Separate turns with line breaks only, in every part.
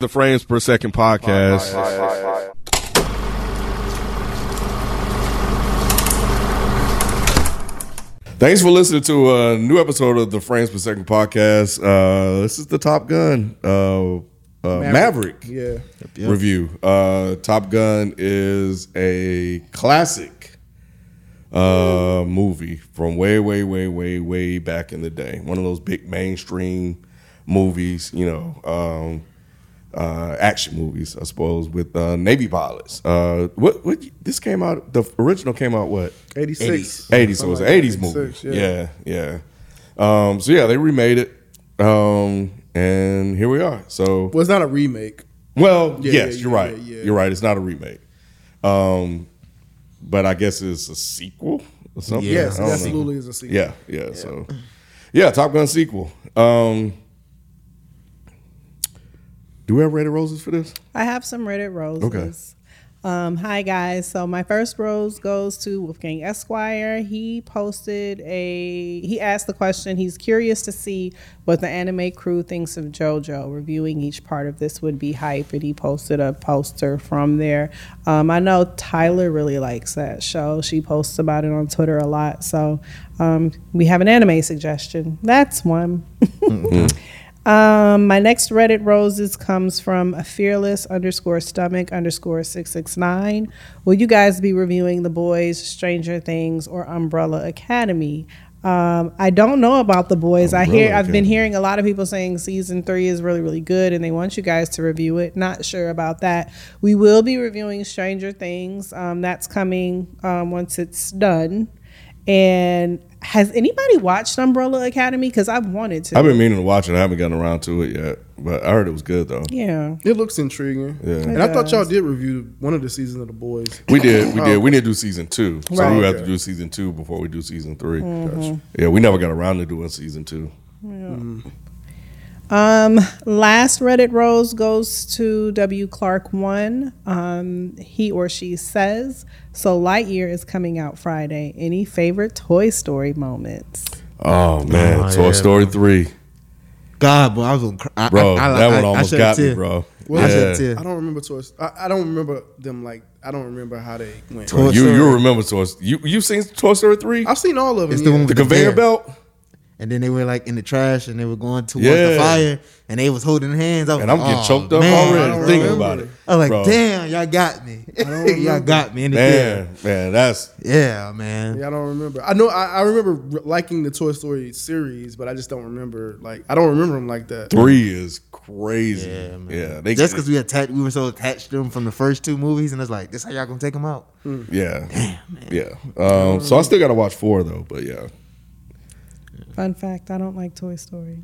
The Frames Per Second podcast. Thanks for listening to a new episode of the Frames Per Second podcast. Uh, this is the Top Gun uh, uh, Maverick,
Yeah.
review. Uh, Top Gun is a classic uh, movie from way, way, way, way, way back in the day. One of those big mainstream movies, you know, um, uh, action movies, I suppose, with uh, Navy pilots. Uh, what, what? This came out. The original came out what?
86.
80s, so it was an 80s movie.
86,
Yeah, yeah. Um, so yeah, they remade it. Um, and here we are. So
Well, it's not a remake.
well,
Yeah,
yes,
yeah,
you're
yeah,
right.
yeah.
You're right. It's not a remake. Um, but I guess it's a sequel or something.
Yeah,
I
yes,
don't
it
know.
absolutely is a sequel.
Yeah, yeah, So yeah, Top Gun sequel. Um, do we have rated roses for this?
I have some Reddit roses. Um, hi guys. So my first rose goes to Wolfgang Esquire. He posted a he asked the question, he's curious to see what the anime crew thinks of JoJo. Reviewing each part of this would be hype. And he posted a poster from there. Um, I know Tyler really likes that show. She posts about it on Twitter a lot. So um, we have an anime suggestion. That's one. Um, my next Reddit roses comes from a fearless underscore stomach underscore six six nine. Will you guys be reviewing The Boys, Stranger Things, or Umbrella Academy? Um, I don't know about The Boys. I hear
Umbrella
I've been
Academy.
hearing a lot of people saying season three is really really good, and they want you guys to review it. Not sure about that. We will be reviewing Stranger Things. Um, that's coming um, once it's done. And has anybody watched Umbrella Academy? Because I've wanted to.
I've been meaning to watch it. I haven't gotten around to it yet, but I heard it was good though.
yeah.
It looks intriguing.
Yeah. It
And I thought y'all did review one of the seasons of The Boys.
We did, we
Oh.
did. We need to do season two, so
Right.
we would have to
Okay.
do season two before we do season 3 Yeah, we never got around to doing season two.
Um, last Reddit rose goes to W. Clark one. Um, he or she says, "So Lightyear is coming out Friday. Any favorite Toy Story moments?"
Oh man,
Oh,
Toy
yeah.
Story three,
God, bro, I was gonna cry. I,
bro.
I, I,
that
I,
one
I
almost
shed a
got me,
tear.
bro.
I
yeah.
shed a tear.
I don't remember toys. I, I don't remember them like. I don't remember how they went.
Toy-
you you
Story.
remember Toy? You you've seen Toy Story three?
I've seen all of them.
It's the
yeah.
one
The
with-
conveyor
Yeah.
belt,
And then they were like in the trash, and they were going towards
Yeah.
the fire, and they was holding hands. I was
and I'm
like,
getting
"Oh,
choked up
man."
I
already
don't
thinking
remember.
about it.
I was like,
bro.
damn, y'all got me.
don't
y'all
remember.
got me in the
man,
man.
man, that's
Yeah, man.
Yeah, I don't remember. I know. I, I remember r- liking the Toy Story series, but I just don't remember. Like, I don't remember them like that.
three is crazy. Yeah,
Yeah, man.
they
Just because we attached, we were so attached to them from the first two movies, and it's like, this how y'all gonna take them out?
yeah, yeah. Um, so I still got to watch four though, but yeah,
Fun fact: I don't like Toy Story.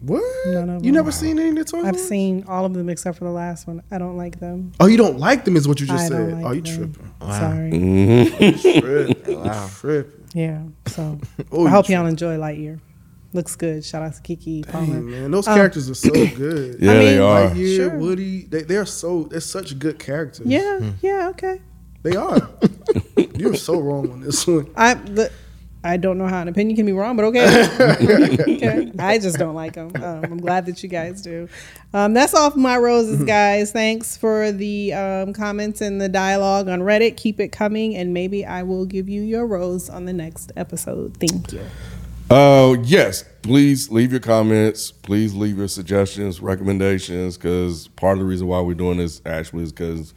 What?
None of
you
them.
never seen any of the Toy Story?
I've seen all of them except for the last one. I don't like them.
Oh, you don't like them, is what you just
I
said.
don't like
oh, you
them.
tripping?
Sorry.
Mm. Mm-hmm.
tripping.
Wow.
tripping.
Yeah. So
Oh,
I
you
hope y'all enjoy Lightyear. Looks good. Shout out to Kiki Palmer.
Dang, man, those characters are so good.
yeah, they
mean,
are.
Lightyear,
Sure.
Woody, they, they are so they're such good characters.
Hmm.
Yeah. Yeah. Okay.
they are. You're so wrong on this one.
I the, I don't know how an opinion can be wrong, but okay. okay. I just don't like them. Um, I'm glad that you guys do. Um, that's all for my roses, guys. Thanks for the um, comments and the dialogue on Reddit. Keep it coming, and maybe I will give you your rose on the next episode. Thank you.
Uh, yes, please leave your comments. Please leave your suggestions, recommendations, because part of the reason why we're doing this actually is because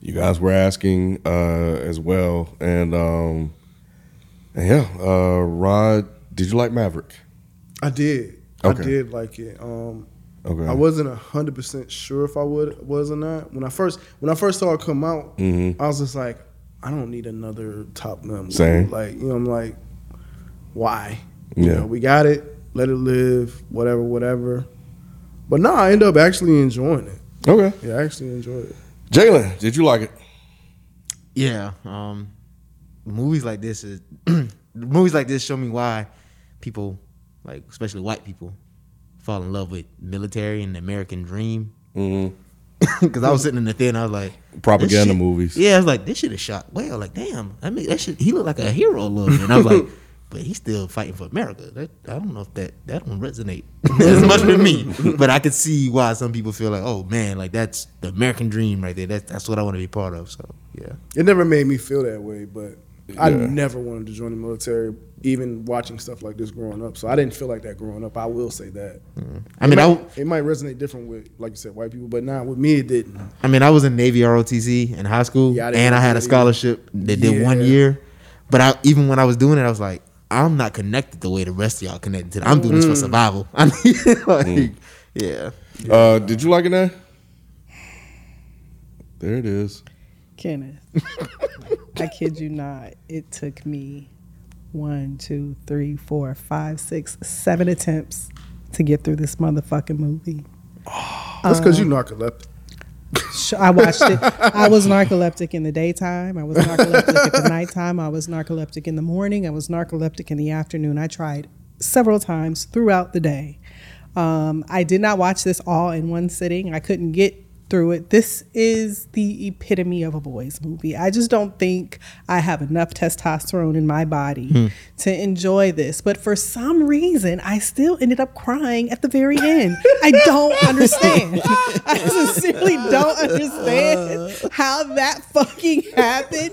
you guys were asking uh, as well. And, um, and yeah, uh, Rod, did you like Maverick?
I did.
Okay.
I did like it. Um,
Okay.
I wasn't hundred percent sure if I would was or not when I first when I first saw it come out.
Mm-hmm.
I was just like, I don't need another Top Gun. movie.
Same.
Like you know, I'm like, why? You
Yeah.
know, we got it. Let it live. Whatever, whatever. But no, I end up actually enjoying it.
Okay.
Yeah, I actually enjoyed it.
Jalen, did you like it?
Yeah. Um, movies like this is movies like this show me why people, like especially white people, fall in love with military and the American dream.
Mm-hmm.
Because I was sitting in the theater, and I was like, this
Propaganda
shit-
movies.
Yeah, I was like, this should have shot well. Like, damn, I mean, that shit. He looked like a hero a little bit. And I was like, but he's still fighting for America. That I don't know if that that don't resonate as much with me, but I could see why some people feel like, oh man, like that's the American dream right there. That's that's what I want to be part of. So yeah,
It never made me feel that way, but I never wanted to join the military, even watching stuff like this growing up. So I didn't feel like that growing up. I will say that.
I mean,
it
I
might,
w-
it might resonate different with, like you said, white people, but not with me. It didn't.
I mean, I was in Navy ROTC in high school,
Yeah, I didn't
and I
do
had a
that either.
scholarship that did one
Yeah.
year. But I, even when I was doing it, I was like, I'm not connected the way the rest of y'all connected. To I'm doing
Mm.
this for survival. I mean, like, yeah.
Uh, did you like it now? There it is.
Kenneth. I kid you not. It took me one, two, three, four, five, six, seven attempts to get through this motherfucking movie.
That's because you narcoleptic.
Sh- I watched it. I was narcoleptic in the daytime. I was narcoleptic at the nighttime. I was narcoleptic in the morning. I was narcoleptic in the afternoon. I tried several times throughout the day. Um, I did not watch this all in one sitting. I couldn't get through it. This is the epitome of a boys' movie. I just don't think I have enough testosterone in my body to enjoy this. But for some reason, I still ended up crying at the very end. I don't understand. I sincerely don't understand how that fucking happened.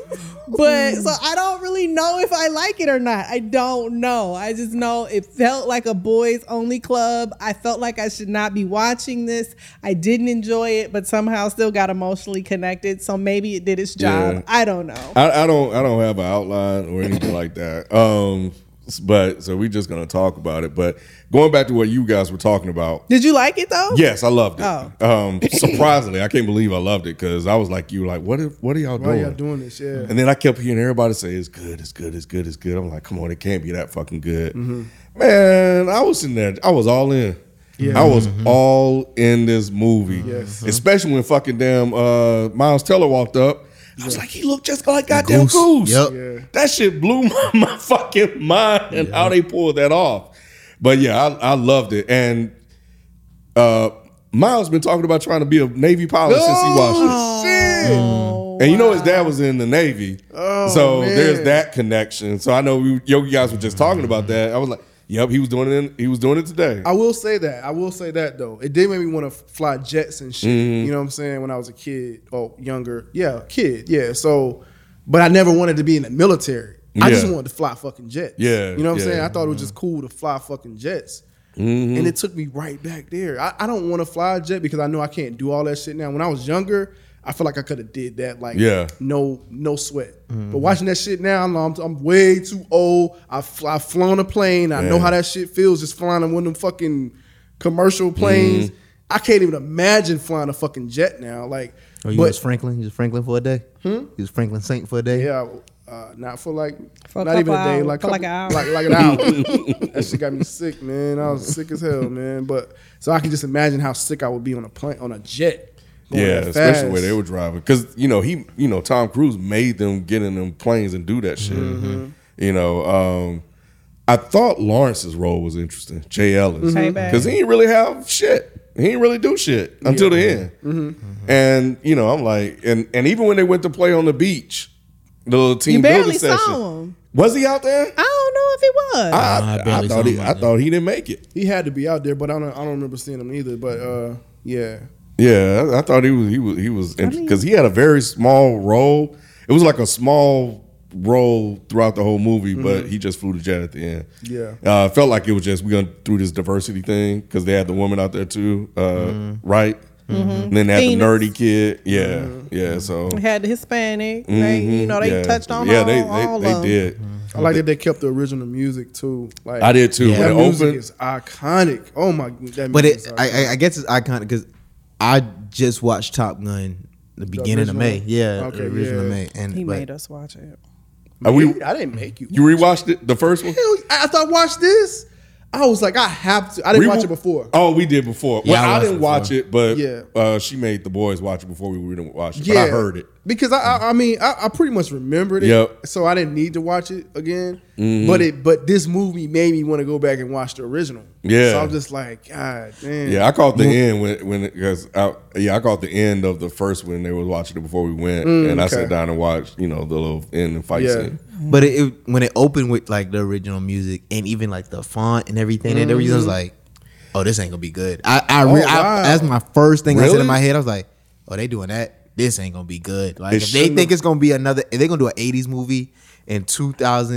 But so I don't really know if I like it or not. I don't know. I just know it felt like a boys only club. I felt like I should not be watching this. I didn't enjoy it, but somehow still got emotionally connected. So maybe it did its job.
Yeah.
I don't know.
I, I don't I don't have an outline or anything like that. Um, s- but so we're just gonna talk about it. But going back to what you guys were talking about,
Did you like it though?
Yes, I loved it.
Oh.
Um, surprisingly, I can't believe I loved it because I was like, "You like what? If, what are y'all
Why
doing?"
y'all doing this? Yeah.
And then I kept hearing everybody say, "It's good, it's good, it's good, it's good." I'm like, "Come on, it can't be that fucking good."
Mm-hmm.
Man, I was in there. I was all in. I was all in this movie,
Yes.
especially when fucking damn uh, Miles Teller walked up. I was like, he looked just like goddamn Goose.
Goose. Yep.
Yeah.
That shit blew my, my fucking mind and how they pulled that off. But yeah, I, I loved it. And uh, Miles been talking about trying to be a Navy pilot since he watched it.
Oh,
And you know his dad was in the Navy, so
man.
there's that connection. So I know we, yo, you guys were just talking about that. I was like, "Yep, he was doing it. In, he was doing it today."
I will say that. I will say that though. It did make me want to fly jets and shit.
Mm-hmm.
You know what I'm saying? When I was a kid or younger. Yeah, kid. Yeah. So, but I never wanted to be in the military. I just
Yeah.
wanted to fly fucking jets.
Yeah,
You know what
yeah. Mm-hmm.
I'm saying? I thought it was just cool to fly fucking jets. And it took me right back there. I, I don't want to fly a jet because I know I can't do all that shit now. When I was younger, I feel like I could have did that like
Yeah.
no no sweat. But watching that shit now, I'm, I'm, I'm way too old. I fl- I've flown a plane. I know
Yeah.
how that shit feels just flying in one of them fucking commercial planes.
Mm-hmm.
I can't even imagine flying a fucking jet now. Like,
Oh, you
but Hmm?
was Franklin? You was Franklin for a day? You was Franklin Saint for a day?
yeah, uh, not for like
For a
not even a
couple
day,
hours-
like
for like
couple-
an
like,
hour.
like an hour. that shit got me sick, man. I was sick as hell, man. But so I can just imagine how sick I would be on a plane on a jet. going
yeah,
that
especially
fast.
where they were driving, because you know he, you know Tom Cruise made them get in them planes and do that shit.
Mm-hmm.
You know, um, I thought Lawrence's role was interesting, Jay Ellis,
Hey, babe.
because he didn't really have shit. He didn't really do shit until the end.
Mm-hmm.
Mm-hmm. And you know, I'm like, and and even when they went to play on the beach, the little team
You barely
building session,
saw him.
was he out there?
I don't know if it was.
I,
I
I,
barely
thought
saw
he,
him
I
out there.
thought he didn't make it.
He had to be out there, but I don't I don't remember seeing him either. But uh, yeah,
Yeah, I, I thought he was he was he was because he had a very small role. It was like a small role throughout the whole movie, but
Mm-hmm.
he just flew the jet at the end.
Yeah.
uh, it felt like it was just we gonna do this diversity thing because they had the woman out there too, uh, right? And then they had
Mm-hmm.
the
Phoenix.
nerdy kid. Yeah, yeah. So Mm-hmm.
had the Hispanic. They, you know, they
yeah.
touched on
yeah,
all,
they they,
all
they
of Mm-hmm. 'em.
did.
I like that they kept the original music too. Like
I did too.
Yeah.
When
That
it
music
opened,
is iconic. Oh my, that
But
music
it,
is
I,
iconic.
I, I guess it's iconic because I just watched Top Gun the beginning
original
of May.
one?
Yeah,
Okay,
the original
yeah.
May. And
He
but-
made us watch it.
Are we,
I didn't make you.
you rewatched it the first one.
Hell, after I watched this, I was like, I have to. I didn't
We
watch
wa-
it before.
Oh, we did before.
Yeah,
well,
I
I,
watched
didn't
it
watch
before.
it, but
Yeah.
uh, she made the boys watch it before we were didn't watch it. But I heard it.
because I, I, I mean, I, I pretty much remembered it.
Yep. Mm-hmm.
So I didn't need to watch it again. But it but this movie made me want to go back and watch the original.
Yeah.
So I'm just like, God damn.
Yeah, I caught the
Mm-hmm.
end when when because yeah, I caught the end of the first one. They was watching it before we went, and I sat
Mm, okay.
down and watched you know the little end and fight
Yeah.
scene.
But it, it when it opened with like the original music and even like the font and everything, and everything I was like, "Oh, this ain't gonna be good." I, I,
Oh,
re-
wow.
I that's my first thing I said
Really?
in my head. I was like, "Oh, they doing that? This ain't gonna be good." Like
It
if they
shouldn't
think
have-
it's gonna be another, if they're gonna do an '80s movie in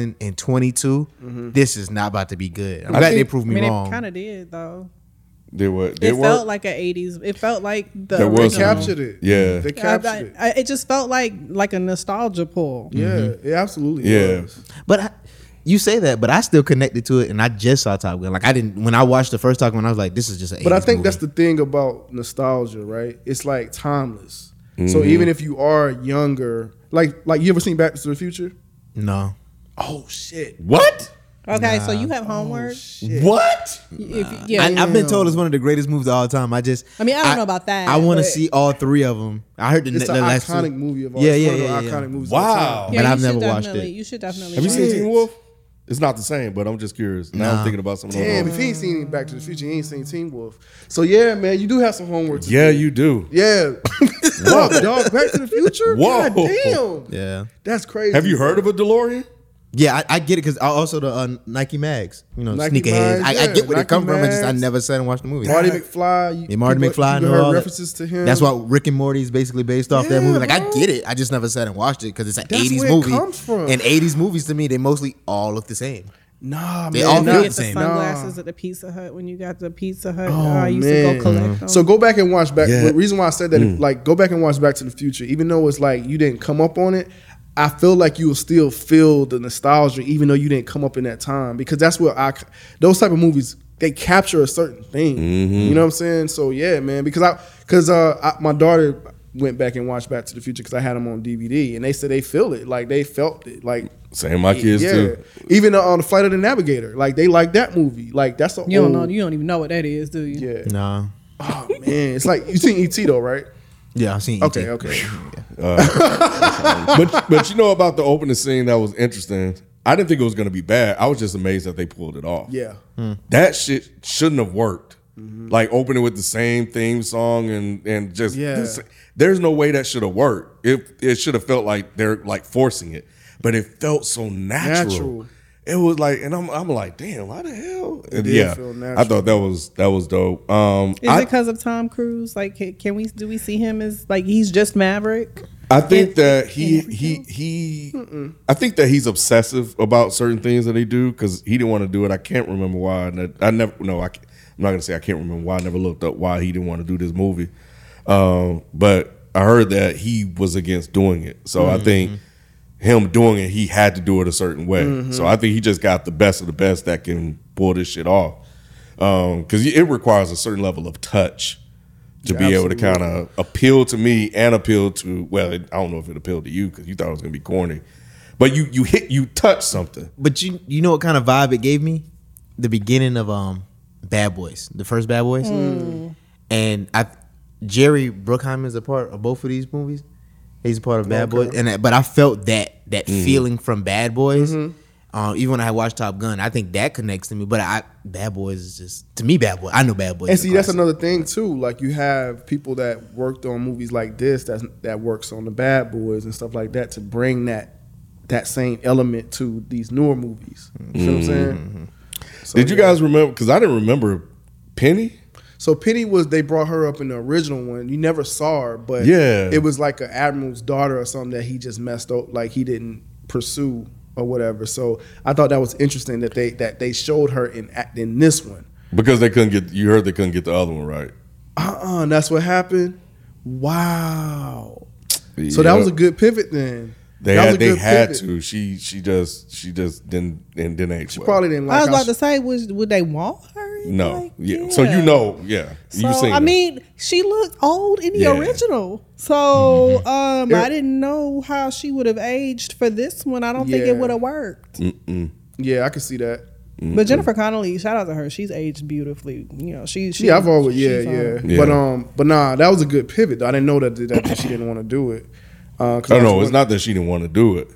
2022, this is not about to be good. I'm
I
glad
think-
they proved
I
me
mean,
wrong.
it kind of did though.
They were they
It,
were
felt like an '80s. It felt like the
There was
They
some-
original.
captured it.
Yeah.
They
I-
captured
I-
it.
I- it just felt like like a nostalgia pull.
Yeah, it absolutely
Mm-hmm. Yeah.
was.
But I, you say that, but I still connected to it, and I just saw Top Gun. Like I didn't when I watched the first Top Gun, I was like, "This is just an." 80s
But I think
movie.
that's the thing about nostalgia, right? It's like timeless. So
Mm-hmm.
even if you are younger, like like you ever seen Back to the Future?
no.
Oh shit.
what
Okay, so you have homework.
what
If- yeah,
Oh, I, I've been told it's one of the greatest moves of all time. I just,
I mean, I don't know about that,
I want to
but-
see all three of them. I heard the,
It's
the
an
last two.
iconic movie of all
Yeah,
it's
yeah,
one of the
yeah, yeah.
iconic movies. Of all
Wow.
time.
Yeah,
but
you
I've never
should
watched
definitely-
it.
You should definitely.
have you
watch
seen
it.
Teen Wolf? It's not the same, but I'm just curious. Now I'm
Nah.
thinking about something.
Damn,
else.
if he ain't seen Back to the Future, he ain't seen Teen Wolf. So yeah, man, you do have some homework. To
yeah, you do.
yeah. Fuck, dog. Back to the Future.
Whoa.
God damn.
Yeah,
That's crazy.
Have you heard of a DeLorean?
yeah, I, I get it because also the uh, Nike mags, you know,
Nike
sneakerheads.
mags,
I, I
yeah,
get
Nike
where they come from. I just I
mags.
never sat and watched the movie.
Marty McFly? You,
Yeah, Marty
people-
McFly
You
and
heard
all that.
references to him.
That's why Rick and Morty is basically based off that
Yeah,
movie. Like I
bro.
get it. I just never sat and watched it because it's an
That's
'80s
where it
movie.
comes from.
And '80s movies to me, they mostly all look the same.
Nah,
They
man.
all
You
feel
nah,
get the
Same.
sunglasses at the Pizza Hut when you got the Pizza Hut.
Oh,
uh, I used
man.
to go collect them.
Mm. So go back and watch back.
Yeah.
The reason why I said that, like, go back and watch Back to the Future, even though it's like you didn't come up on it. I feel like you'll still feel the nostalgia, even though you didn't come up in that time, because that's what I. Those type of movies they capture a certain thing. You know what I'm saying? So yeah, man. Because I, because uh, I, my daughter went back and watched Back to the Future because I had them on DVD, and they said they feel it, like they felt it, like.
Same, my kids
yeah,
too.
even uh, on the flight of the Navigator, like they like that movie. Like that's a
you don't
oh.
know.
old-
You don't even know what that is, do you?
yeah.
Nah.
Oh man, it's like you seen ET though, right?
Yeah, I've seen. E
Okay,
E.T.
okay.
but but you know about the opening scene that was interesting. I didn't think it was going to be bad. I was just amazed that they pulled it off.
Yeah,
Hmm.
Mm-hmm.
that shit shouldn't have worked. Like opening with the same theme song and and just
Yeah.
this- there's no way that should have worked. It it should have felt like they're like forcing it, but it felt so natural.
Natural.
It was like, and I'm I'm like, damn, why the hell? And
did
yeah,
feel
I
natural.
thought that was that was dope. Um,
Is
I,
it because of Tom Cruise? Like, ca- can we do we see him as like he's just Maverick?
I think
It-
that he he he. I think that he's obsessive about certain things that he do because he didn't want to do it. I can't remember why. And that- I never no. I, am not gonna say I can't remember why. I never looked up why he didn't want to do this movie. Um, but I heard that he was against doing it. So I think him doing it, he had to do it a certain way.
Mm-hmm.
So I think he just got the best of the best that can pull this shit off. Because it requires a certain level of touch to be able to kind of appeal to me and appeal to well, I don't know if it appealed to you because you thought it was gonna be corny, but you you hit you touch something.
But you you know what kind of vibe it gave me? The beginning of um Bad Boys, the first Bad Boys,
Mm.
and I Jerry Bruckheimer is a part of both of these movies. He's a part of Bad Boys, and I- but I felt that that feeling from Bad Boys.
Mm-hmm.
Uh, even when I watched Top Gun, I think that connects to me. But I Bad Boys is just to me Bad Boy. I know Bad Boys.
and
is a
see that's
classic.
another thing too. Like you have people that worked on movies like this that that works on the Bad Boys and stuff like that to bring that that same element to these newer movies. You know what I'm saying? So,
Mm-hmm. Did you
yeah.
guys remember? Because I didn't remember Penny.
So Penny was they brought her up in the original one. You never saw her, but
Yeah.
it was like an admiral's daughter or something that he just messed up, like he didn't pursue or whatever. So I thought that was interesting that they that they showed her in act- in this one.
Because they couldn't get, you heard they couldn't get the other one right.
uh-uh, and that's what happened. Wow. So that was a good pivot then.
They
that
had,
was a
they
good
had
pivot.
to. She she just she just didn't and didn't age. well.
Probably didn't like.
I was about
how
to say, would, would they want her?
no.
Like,
yeah. So you know, yeah.
So
you seen
I
it.
mean, she looked old in the
Yeah. Mm-hmm.
original. So um, I
It-
didn't know how she would have aged for this one. I don't think
Yeah.
it would have worked.
she- yeah, I could see that.
But Jennifer Connelly, shout out to her. She's aged beautifully. You know, she she.
Yeah, I've always yeah,
she's, um,
yeah
Yeah.
But um, but nah, that was a good pivot. though. I didn't know that that, that she didn't want to do it. Uh, 'cause
I don't
was
know. Oh, It's
wondering-
not that she didn't want to do it.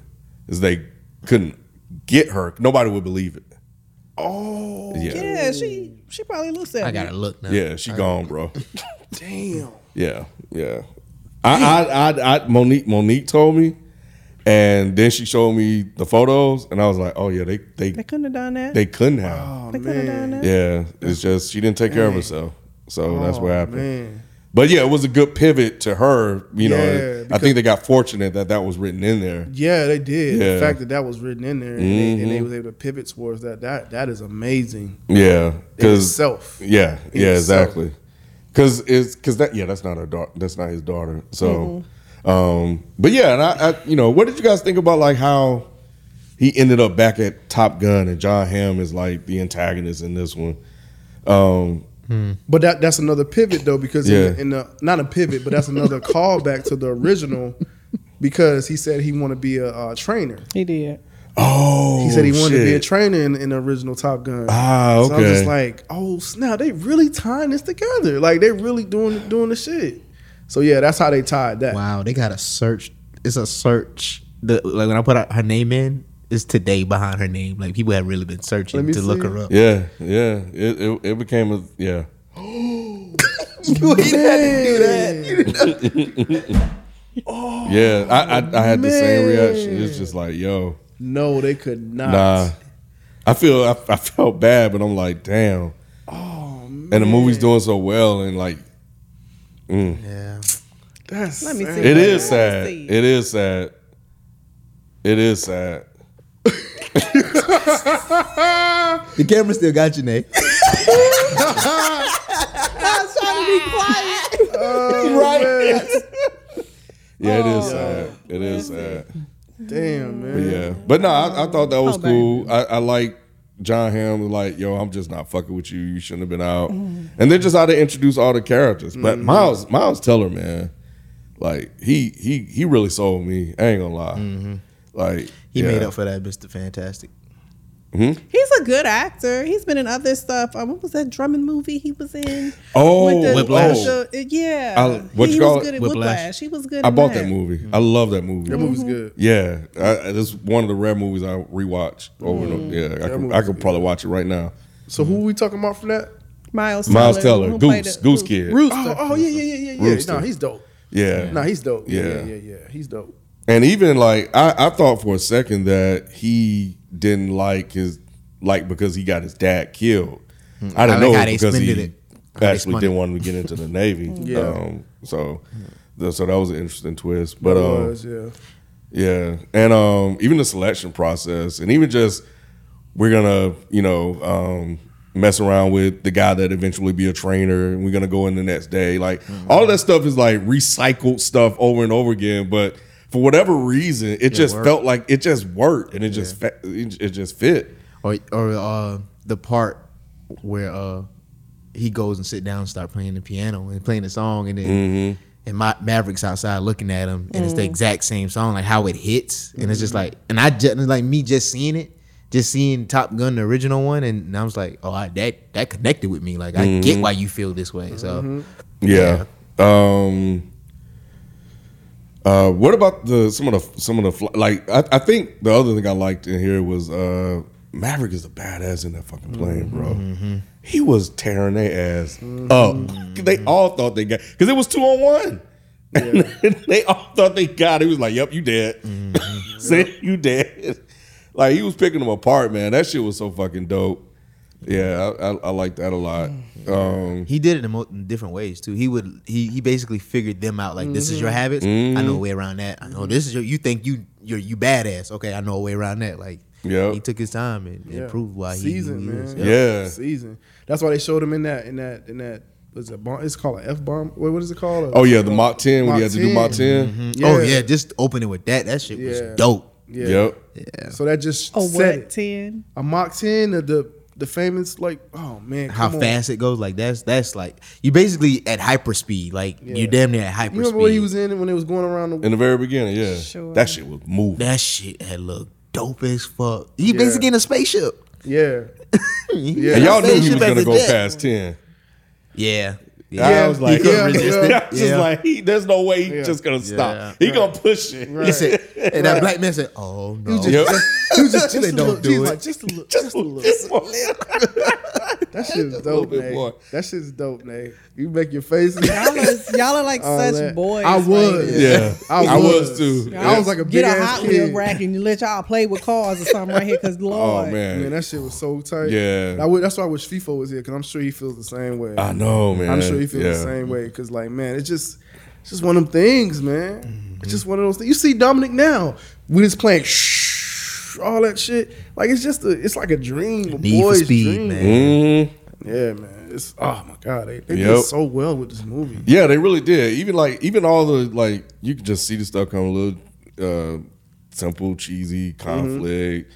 It's they couldn't get her, nobody would believe it.
Oh
Yeah.
Yeah, she she probably looks at
I
me.
gotta look now.
Yeah, she gone, bro.
damn!
Yeah, yeah. I, I, I, I, Monique, Monique told me, and then she showed me the photos, and I was like, oh yeah, they,
They
they,
couldn't have done that.
they couldn't have.
Oh
they could have done
man,
that.
Yeah, it's just she didn't take care of herself, so that's what
Oh,
happened.
Man.
But yeah, it was a good pivot to her. You know,
Yeah,
I
because-
think they got fortunate that that was written in there.
Yeah, they did.
Yeah. Mm-hmm.
The fact that that was written in there and, they, and they was able to pivot towards that that that is amazing.
Yeah,
In
because
itself,
yeah, yeah,
itself.
exactly. Because it's because that yeah, that's not her daughter. That's not his daughter. So,
Mm-hmm.
um, but yeah, and I, I, you know, what did you guys think about like how he ended up back at Top Gun and John Hamm is like the antagonist in this one? Um,
but that that's another pivot though because in,
Yeah.
the, in the not a pivot, but that's another callback to the original because he said he want to be a uh, trainer.
He did.
oh,
He said he wanted to be a
shit.
trainer in, in the original Top Gun.
Ah,
So I'm just
okay.
like, oh snap, they really tying this together. Like they really doing doing the shit. So yeah, that's how they tied that.
Wow, they got a search. It's a search. The like when I put out her name in, it's today behind her name. Like people have really been searching
Let me
to look
see.
her up.
yeah, yeah. It, it it became a yeah.
you ain't had to do that. You didn't know.
Oh,
Yeah, I I, I had the same reaction. It's just like, yo,
No, they could not.
nah. I feel I, I felt bad, but I'm like, damn.
Oh man,
And the movie's doing so well, and like,
Yeah.
that's
Let me see.
sad.
it is
Yeah.
sad.
See.
It is sad. It is sad.
The camera still got your name.
I was trying to be quiet.
Yeah, it
Oh,
is sad. It is sad.
Damn
But
man.
yeah, but no, I, I thought that was
Oh, baby.
cool. I, I like John Hamm. was Like, yo, I'm just not fucking with you. You shouldn't have been out.
Mm.
And they're just how to introduce all the characters. But Miles, Miles Teller, man, like he he he really sold me. I ain't gonna lie. Like
He
yeah. Hmm?
made up for that, Mister Fantastic.
He's a good actor. He's been in other stuff. Um, what was that Drummond movie he was in?
Oh,
With the-
Whiplash.
with the- uh, yeah.
I- what
he
you
was
call it?
good at
Whiplash.
Whiplash. He was good.
I
in
bought that movie. I love that movie.
That movie's good.
Yeah, I, I- this is one of the rare movies I rewatch over. and over. Yeah, I could, I
movie's
could probably watch it right now.
So who we talking about for that?
Miles Teller.
Miles Teller,
who played
Goose,
the-
Goose Kid.
Rooster. Oh, oh, yeah, yeah, yeah, yeah, yeah.
Rooster.
No, he's dope.
Yeah,
No, he's dope. Yeah,
Yeah.
yeah, yeah, yeah. He's dope.
and even like I, I thought for a second that he didn't like his like because he got his dad killed. I
Hmm. I
didn't
like
know
how
it
they
because he
spended it. How they
actually
spun
didn't want him to get into the navy.
Yeah.
um, so th- so that was an interesting twist. But
But
um,
was, yeah.
Yeah, and um, even the selection process, and even just we're gonna, you know, um, mess around with the guy that eventually be a trainer, and we're gonna go in the next day. Like all that stuff is like recycled stuff over and over again, but for whatever reason, it, just
worked.
felt like it just worked, and it just fe- it, it just fit.
Or or uh, the part where uh, he goes and sit down, and start playing the piano and playing the song, and then and my Maverick's outside looking at him, and it's the exact same song, like how it hits, and it's just like, and I just like me just seeing it. Just seeing Top Gun, the original one, and I was like, "Oh, I, that that connected with me. Like, I get why you feel this way." So,
Yeah. Um. Uh, what about the some of the some of the fl- like? I, I think the other thing I liked in here was uh, Maverick is a badass in that fucking plane, bro. He was tearing their ass up. They all thought they got because it was two on one. they all thought they got. It He was like, "Yep, you dead. Say you dead." Like he was picking them apart, man. That shit was so fucking dope. Yeah, I, I, I like that a lot. Um,
He did it in, mo- in different ways too. He would he he basically figured them out. Like this is
Mm-hmm.
your habits. I know a way around that. I know this is your. You think you you're you badass. Okay, I know a way around that. Like
Yep.
he took his time and, and
yeah.
proved why
season,
he, who he
man.
is.
Yeah.
season. That's why they showed him in that in that in that. Was it bomb? It's called an F bomb. Wait, what is it called?
Oh yeah, the Mach 10 when
Mach Mm-hmm.
you had to do Mach 10.
Oh yeah, just opening with that. That shit was
Yeah.
dope.
yeah.
Yep.
Yeah.
So that just
A
said
what
it.
ten?
a Mach ten, the the, the famous like oh man,
How
come on.
fast it goes, like that's that's like you basically at hyperspeed, like you're damn near at
You remember what he
hyperspeed.
was in when it was going around the
In the very beginning, yeah.
Sure.
That shit was moving.
That shit had looked dope as fuck. He basically in a spaceship.
yeah.
He
Yeah.
And
in a
y'all knew he
spaceship
was
as
gonna
a
go
jet.
past 10.
Yeah,
Yeah, I was like,
He couldn't resist it.
I was just
Yeah.
like, he, there's no way he's
Yeah.
just gonna
Yeah.
stop. He gonna push it.
He said, and that black man said, "Oh no,
just- Yep.
he was just chilling.
a
Don't
little,
do
geez,
it."
Like, just a little,
Just
just a
a
little.
little.
That shit's
little
dope,
bit more.
Nate. That shit's dope, Nate. You make your faces.
Y'all are, y'all are like
all
such
that.
boys.
I
right
was.
now.
Yeah, I was too.
I was like a big
Get a
ass
Hot
kid.
Wheel rack and you let y'all play with cars or something right here, cause Lord,
oh
Man,
man,
that shit was so tight.
Yeah.
I would, that's why I wish FIFA was here because I'm sure he feels the same way.
I know, man.
I'm sure he feels
yeah.
the same way because, like, man, it's just, it's just one of them things, man. It's just one of those things. You see Dominic now, we just playing shh, all that shit. Like, it's just a, it's like a dream, a
Need for
boy's
Speed,
dream.
man.
Mhm.
Yeah, man. It's oh my god, they, they
Yep.
did so well with this movie.
Yeah, they really did. Even like even all the like you could just see the stuff coming a little uh simple, cheesy
Mm-hmm.
conflict.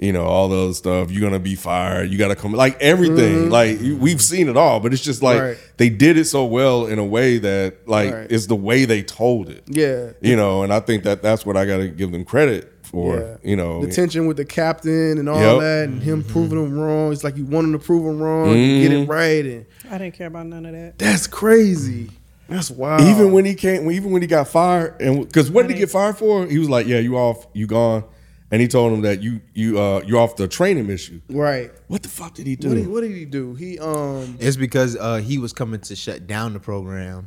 You know all the other stuff. You're gonna be fired. You gotta come. Like everything. Like you- we've seen it all, but it's just like
Mm-hmm. Right.
they did it so well in a way that like
Right.
it's the way they told it.
Yeah.
You know, and I think that that's what I gotta give them credit for.
Yeah.
You know,
The tension with the captain and all
Yep.
that, and him proving
Mm-hmm.
him wrong. It's like you want him to prove him wrong, you get it
Mm-hmm.
right, and
I didn't care about none of that.
that's crazy. That's wild.
Even when he came, even when he got fired, and because what did he get fired for? He was like, "Yeah, you off, you gone," and he told him that you you uh you off the training issue.
right,
What the fuck did he do?
what did, what did he do? He um,
It's because uh, he was coming to shut down the program,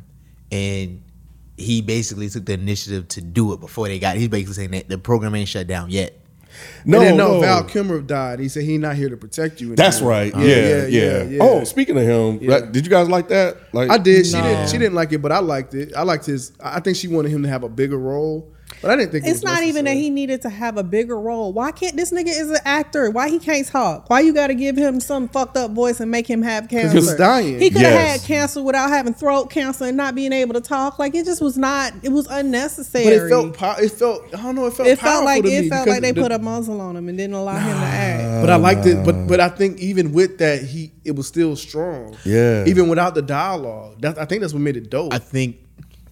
and he basically took the initiative to do it before they got. He's basically saying that the program ain't shut down yet.
no,
and then, no, Val Uh-huh. Kilmer died. He said he not here to protect you.
That's
anymore.
right. Yeah yeah, Oh, speaking of him,
Yeah.
that- did you guys like that? Like
I did. She
No.
didn't. She didn't like it, but I liked it. I liked his. I I think she wanted him to have a bigger role, but I didn't think it
It's
was
not even that
necessary.
he needed to have a bigger role. Why can't this nigga is an actor? Why he can't talk? Why you got to give him some fucked up voice and make him have cancer?
he was dying.
He could have
Yes.
had cancer without having throat cancer and not being able to talk. Like it just was not. It was unnecessary.
But it felt. pow- It felt. I don't know. It felt.
It felt
powerful
like
to
it
me
felt
because
like they
the-
put a muzzle on him and didn't allow him to act.
But I liked it. But but I
Uh.
think even with that, he it was still strong.
Yeah.
Even without the dialogue, that, I think that's what made it dope.
I think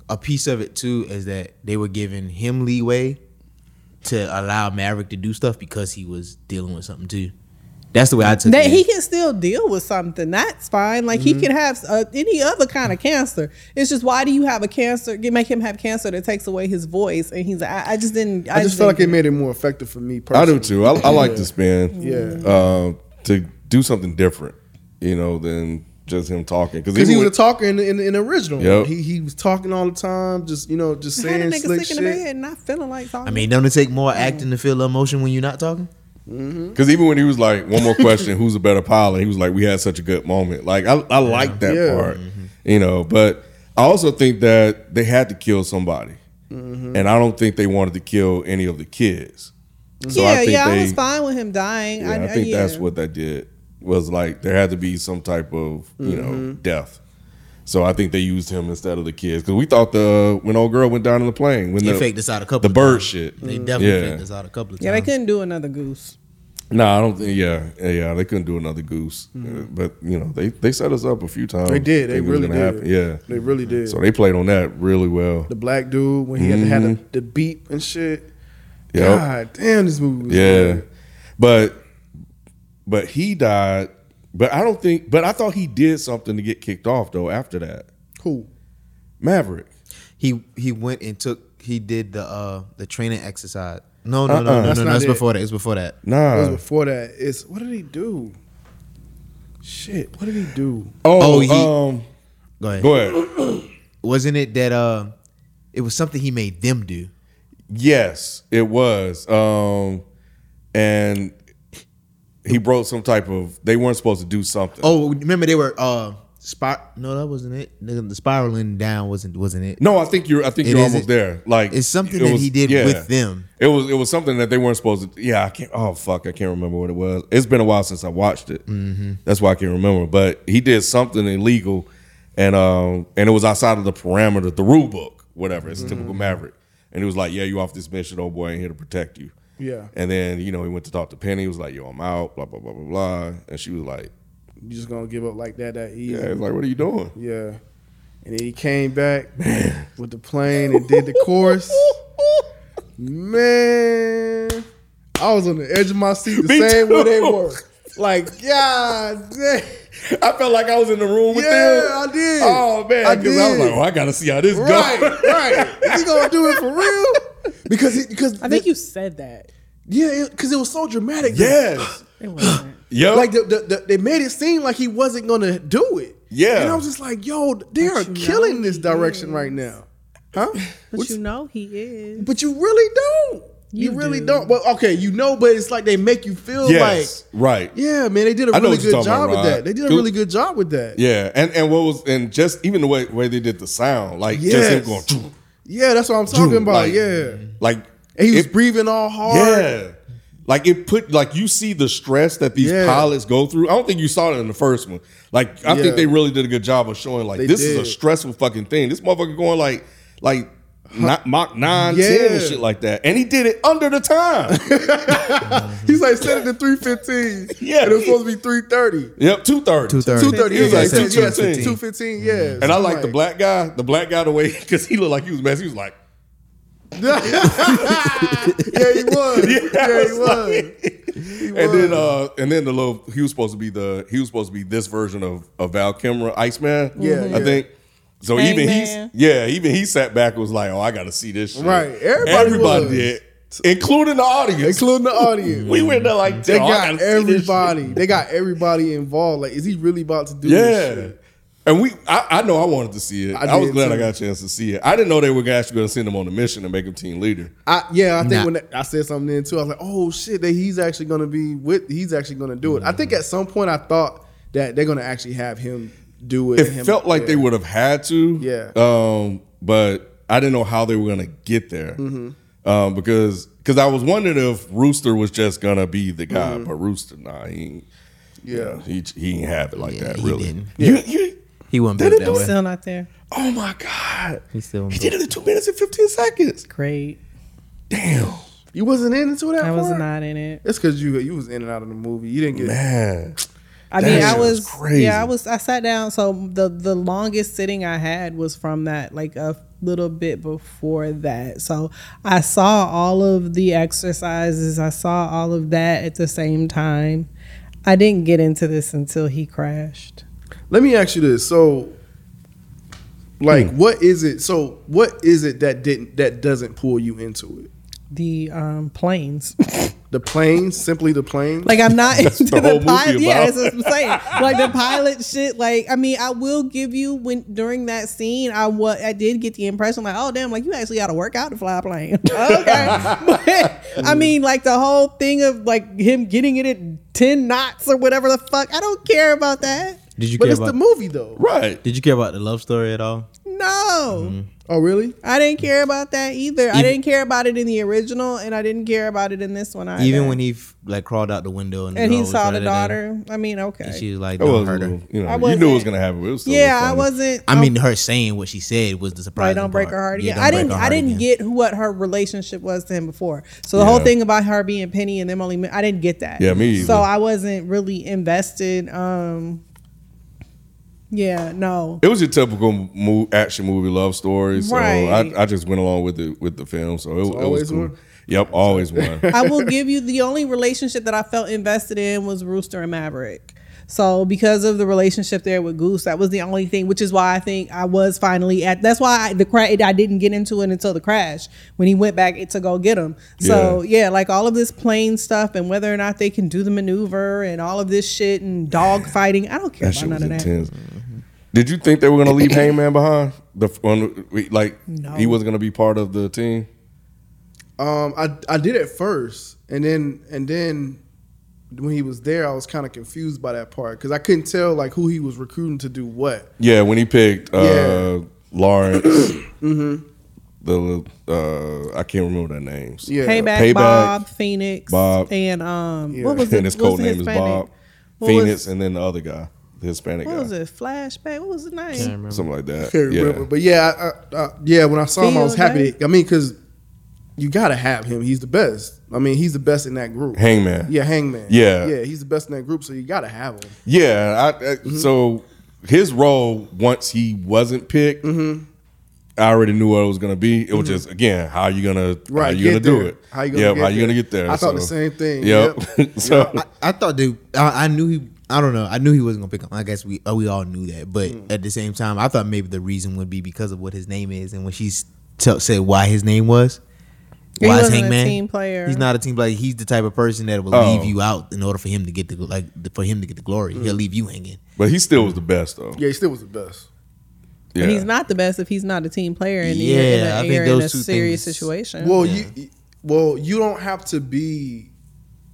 a piece of it too is that they were giving him leeway to allow Maverick to do stuff because he was dealing with something too. That's the way I took
That
it.
he can still deal with something. That's fine. Like
Mm-hmm.
he can have uh, any other kind of cancer. It's just why do you have a cancer? You make him have cancer that takes away his voice, and he's. I, I just didn't.
I just felt like it
didn't
made it more effective for me
I do
personally.
too. I, I like this man.
Yeah.
uh, to do something different, you know, than just him talking because
Because he was a talker in the, in the, in the original.
Yep.
He he was talking all the time, just you know, just
get it.
saying
How the nigga
slick
sick
shit.
in the bed and not feeling like talking.
I mean, don't it take more acting to feel emotion when you're not talking?
Because even when he was like, one more question, who's a better pilot? He was like, we had such a good moment. Like, I, I like that
Yeah.
part, you know. But I also think that they had to kill somebody. And I don't think they wanted to kill any of the kids. So
yeah,
I think
yeah,
they,
I was fine with him dying.
Yeah, I, think that's what that did was like there had to be some type of you know death. So I think they used him instead of the kids because we thought the when old girl went down in the plane when
They
the
faked us out a couple.
the
of
bird
times.
shit. Mm.
They definitely
Yeah.
faked us out a couple of times.
Yeah, they couldn't do another goose.
No, I don't think. Yeah, yeah, yeah, they couldn't do another goose. Uh, But you know, they they set us up a few times.
Hmm. They did. They
Think it Oh, was
really
gonna
did.
Happen. Yeah,
They really did.
so they played on that really well.
the black dude when he had to had the, the beep and shit.
Mm-hmm. Yep.
God damn, this movie. Was
Yeah,
good.
but but he died. But I don't think. But I thought he did something to get kicked off though. After that,
Who?
Maverick.
He he went and took. He did the uh the training exercise. No, no,
Uh-uh.
no, no,
That's
no, no.
not
It's
it.
before that. It's before that.
Nah.
It was before that. It's what did he do? Shit, what did he do?
Oh,
Oh, he-
um,
Go ahead.
go ahead.
Wasn't it that uh, it was something he made them do?
Yes, it was. Um, and he broke some type of. They weren't supposed to do something.
Oh, remember they were uh spot. No, that wasn't it. The, the spiraling down wasn't wasn't it?
No, I think you're. I think
It
you're
is-
almost
it-
there. Like
it's something
it
that
was-
he did
yeah.
with them.
It was. It was something that they weren't supposed to. Yeah, I can't. Oh fuck, I can't remember what it was. It's been a while since I watched it.
Mm-hmm.
That's why I can't remember. But he did something illegal, and um, and it was outside of the parameter, the rule book, whatever.
Mm-hmm.
It's a typical Maverick. And he was like, "Yeah, you off this mission, old boy. I ain't here to protect you."
Yeah.
And then you know he went to talk to Penny. He was like, "Yo, I'm out." Blah blah blah blah blah. And she was like,
You just gonna give up like that that easy?
"Yeah, like what are you doing?"
Yeah. And then he came back with the plane and did the chorus. Man, I was on the edge of my seat the
Me
same way they
too.
were.
Like, yeah, dang. I felt like I was in the room with them.
Yeah, I did.
Oh
I
man, because I, was
did.
like, oh, I gotta see how this
Right,
goes.
right. Is he gonna do it for real? Because he, because
I think you said that.
yeah, because it, was so dramatic.
yes.
It wasn't.
Yep.
like the, the, the, they made it seem like he wasn't gonna do it.
Yeah.
and I was just like, yo, they
But
are
you know
killing this
he
direction right now, huh?
But
What's-
you know he is.
but you really don't. You,
You
really
do.
not Well, okay, you know, but it's like they make you feel
yes.
like.
right.
Yeah, man, they did a
I know
really
what you're
good
talking
job
about,
with that.
Rod.
They did a
Dude.
really good job with that. Yeah,
Yeah, and and what was and just even the way way they did the sound, like just him
Yes.
going, "Choo,"
that's what I'm talking about.
like-
yeah,
like
and he was
it-
breathing all hard.
yeah, like it put like you see the stress that these
Yeah.
pilots go through. I don't think you saw it in the first one. Like I
Yeah.
think they really did a good job of showing like
They
this
did.
is a stressful fucking thing. This motherfucker going like like. Not Mach 9,
Yeah.
10 and shit like that. And he did it under the time.
He's like set it to three fifteen.
Yeah.
and it was supposed to be three thirty.
yep, 230.
2:30.
Two thirty.
He was like
yeah,
2:15.
two fifteen. Yeah,
And I like, the black guy. The black guy, the way, because he looked like he was messy. He was like,
yeah, he was. Yeah,
I
he
was
was.
like- and then uh and then the little he was supposed to be the he was supposed to be this version of, of Val Kimmer, Iceman.
Yeah, yeah.
I think. So even
Hangman.
he's yeah, even he sat back and was like, Oh, I gotta see this shit.
Right. Everybody
Everybody
was.
did. Including the audience.
Including the audience.
we went there like
they
"Yo, I gotta
got
see this
everybody.
shit."
They got everybody involved. Like, is he really about to do this
Yeah.
shit?
And we I, I know I wanted to see it.
I
I, was
did
glad I
too.
got a chance to see it. I didn't know they were actually gonna send him on a mission and make him team leader.
I, yeah, I think
Nah.
when that, I said something then too, I was like, "Oh shit!" That he's actually gonna be with. He's actually gonna do it. I think
Mm-hmm.
at some point I thought that they're gonna actually have him do it.
it
him-
felt like
yeah.
they would have had to.
Yeah.
Um, but I didn't know how they were gonna get there. Um, because because I was wondering if Rooster was just gonna be the guy, but Rooster, nah, he ain't,
Yeah.
he he ain't have it like
Yeah,
that
he
really.
didn't.
You, you,
He wasn't
They
built
didn't
that
do
way.
Still not there.
oh my god,
He still
he did it in two minutes and fifteen seconds.
Great.
Damn,
You wasn't into that.
I was
part?
not in it.
It's because you you was in and out of the movie. You didn't get.
man,
I
That
mean, I
shit was
was
crazy.
yeah, I was I sat down. So the the longest sitting I had was from that like a little bit before that. So I saw all of the exercises. I saw all of that at the same time. I didn't get into this until he crashed.
Let me ask you this. So, like,
Hmm.
what is it? So, what is it that didn't that doesn't pull you into it?
The um, planes.
The plane, simply the plane.
Like I'm not into
the
the,
whole movie
pilot. Yeah,
about.
that's what I'm saying. Like the pilot shit. Like I mean, I will give you when during that scene, I what I did get the impression like, oh damn, like you actually got to work out to fly a plane. okay, but, I mean, like the whole thing of like him getting it at ten knots or whatever the fuck. I don't care about that.
Did you
but
care
it's the
about?
movie though.
right?
did you care about the love story at all?
No.
Oh, really?
I didn't care about that either. I
Mm-hmm. Even-
didn't care about it in the original, and I didn't care about it in this one either.
Even when he f- like crawled out the window and, the
and
girl
he
was
saw the
right at him,
daughter, I mean, okay,
and she was like,
That was
"Don't
a
hurt her."
little, you
I
know, you knew it was
wasn't-
gonna happen. It was still a
yeah,
little
I
funny.
wasn't.
I mean, her saying what she said was the surprise.
Right, don't break her heart again. I didn't. I didn't get who, what her relationship was to him before. So the whole
Yeah.
thing about her being Penny and them only, men- I didn't get that.
Yeah, me
So
either.
I wasn't really invested. Um, yeah, no.
It was your typical mo- action movie love story. So
Right.
I, I just went along with it with the film. So it, it
always
was cool.
one?
Yep, always one.
I will give you the only relationship that I felt invested in was Rooster and Maverick. So because of the relationship there with Goose, that was the only thing, which is why I think I was finally at. That's why I, the crash. I didn't get into it until the crash when he went back to go get him. So yeah. like all of this plane stuff and whether or not they can do the maneuver and all of this shit and dog fighting, I don't care
That
about
shit was
none of that.
intense. Did you think they were gonna leave Hangman behind? The f- on, we- like
No.
he wasn't gonna be part of the team.
Um, I I did at first, and then and then when he was there, I was kind of confused by that part because I couldn't tell like who he was recruiting to do what.
Yeah, when he picked uh,
Yeah. Mm-hmm.
Lawrence, the uh, I can't remember their names.
Yeah.
Payback,
Payback,
Bob, Phoenix,
Bob.
and um,
Yeah.
what was it?
and his
What was
code
the
name is
Hispanic?
Bob
What was-
Phoenix, and then the other guy, the Hispanic
What
guy,
was it? Flashback. What was the name?
something like that.
Can't
yeah.
remember, but yeah, I, I, I, yeah. When I saw him, I was
Feel
happy. I mean, because you gotta have him. He's the best. I mean, he's the best in that group.
Hangman.
Yeah, Hangman.
Yeah.
yeah. He's the best in that group, so you gotta have him. Mm-hmm. Mm-hmm.
Yeah, I, I, so his role once he wasn't picked, I already knew what it was gonna be. It was just again, how you gonna how
Right,
you gonna
get
do
there.
it?
How you gonna
yep,
get
how you gonna
there.
get there?
I thought the same thing.
Yep. so
I, I thought dude, I, I knew he. I don't know. I knew he wasn't gonna pick up. I guess we uh, we all knew that. But at the same time, I thought maybe the reason would be because of what his name is, and when she s- tell said why his name was.
He
why is
wasn't a team player.
He's not a team player. He's the type of person that will
Oh.
leave you out in order for him to get the like for him to get the glory. He'll leave you hanging.
but he still was the best though.
Yeah, he still was the best.
Yeah.
And he's not the best if he's not a team player and you're in
Yeah, I
a,
think
you're in a
those two
serious
things-
situation.
Well, you well, you don't have to be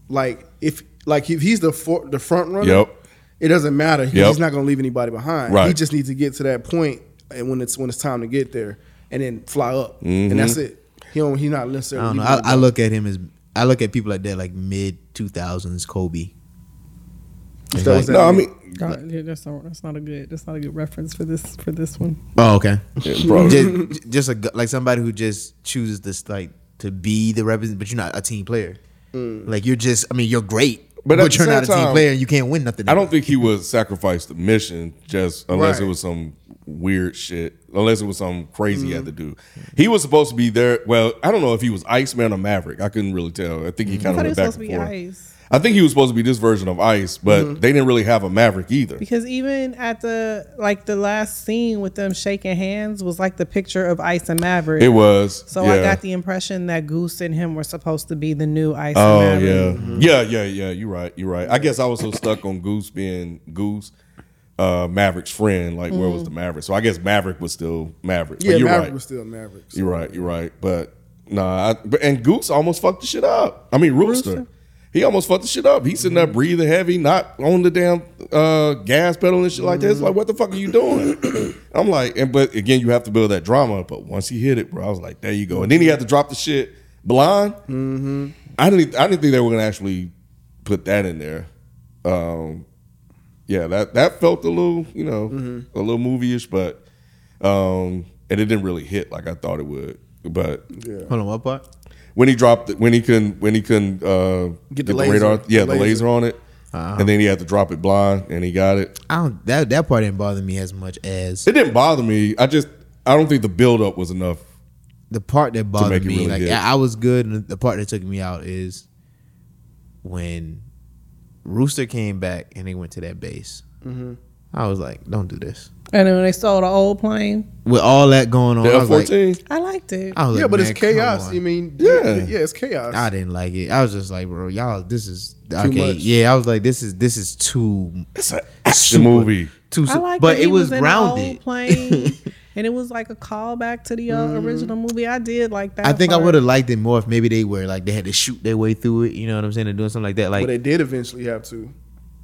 like if like if he's the for, the front runner.
Yep.
It doesn't matter.
Yep.
He's not going to leave anybody behind. He
Right.
just needs to get to that point, and when it's when it's time to get there, and then fly up,
Mm-hmm.
and that's it. He don't. He not
I
necessarily.
don't know.
leaving
I, I look at him as I look at people like that, like mid two thousands Kobe.
nobody. That was
no, I
that-
mean,
God, yeah, that's, not, that's not a good that's not a good reference for this for this one.
Oh, okay.
Yeah, bro.
just, just a, gu- like somebody who just chooses this like to be the represent, but you're not a team player.
Mm.
Like you're just, I mean, you're great,
But
but,
at the
you're
same
not a team
time,
player. and You can't win nothing.
I don't think he would sacrifice the mission just unless it
Right.
was some weird shit. Unless it was some crazy he had to
Mm-hmm.
do. He was supposed to be there. Well, I don't know if he was Iceman or Maverick. I couldn't really tell. I think he kind of
Mm-hmm. I thought it
went
was
back
supposed
and
to be
forth.
ice. Mm-hmm.
I think he was supposed to be this version of Ice, but they didn't really have a Maverick either.
Because even at the like the last scene with them shaking hands was like the picture of Ice and Maverick.
It was.
so
yeah.
I got the impression that Goose and him were supposed to be the new Ice
Oh
and
yeah,
Maverick.
yeah, yeah, yeah. You're right. You're right. I guess I was so stuck on Goose being Goose, uh, Maverick's friend. Like, where was
Mm-hmm.
the Maverick? So I guess Maverick was still Maverick.
yeah,
but you're
Maverick
right.
was still Maverick. so-
You're right. You're right. But nah, I, but, and Goose almost fucked the shit up. I mean, Rooster. He almost fucked the shit up. He's sitting there breathing heavy, not on the damn uh, gas pedal and shit like that. It's like, what the fuck are you doing? I'm like, and but again, you have to build that drama. But once he hit it, bro, I was like, there you go. And then he had to drop the shit blind. I didn't. I didn't think they were gonna actually put that in there. Um, yeah, that that felt a little, you know, a little movie-ish, but um, and it didn't really hit like I thought it would. But
Hold on, what part?
when he dropped, it, when he couldn't, when he couldn't uh,
Get the laser.
yeah, the
The
laser,
laser.
on it,
Uh-huh.
and then he had to drop it blind, and he got it.
I don't. That that part didn't bother me as much as
It didn't bother me. I just, I don't think the buildup was enough.
the part that
make
bothered
it
me.
really
like
good.
I, I was good, and the part that took me out is when Rooster came back and they went to that base. I was like, don't do this.
And then when they stole the old plane,
With all that going on,
The
I
F
was like,
fourteen,
I liked it.
I was
Yeah,
like,
but
man,
it's
come
chaos.
on.
You mean?
Yeah.
yeah, it's chaos.
I didn't like it. I was just like, bro, y'all, this is okay.
much.
Yeah, I was like, this is this is too
it's an action
super-
movie.
too.
I like
but
that
it
he
was,
in the old
grounded.
plane, and it was like a callback to the uh, original movie. I did like that.
Mm-hmm. I think I
part.
would have liked it more if maybe they were like they had to shoot their way through it. You know what I'm saying? They're doing something like that. Like
but they did eventually have to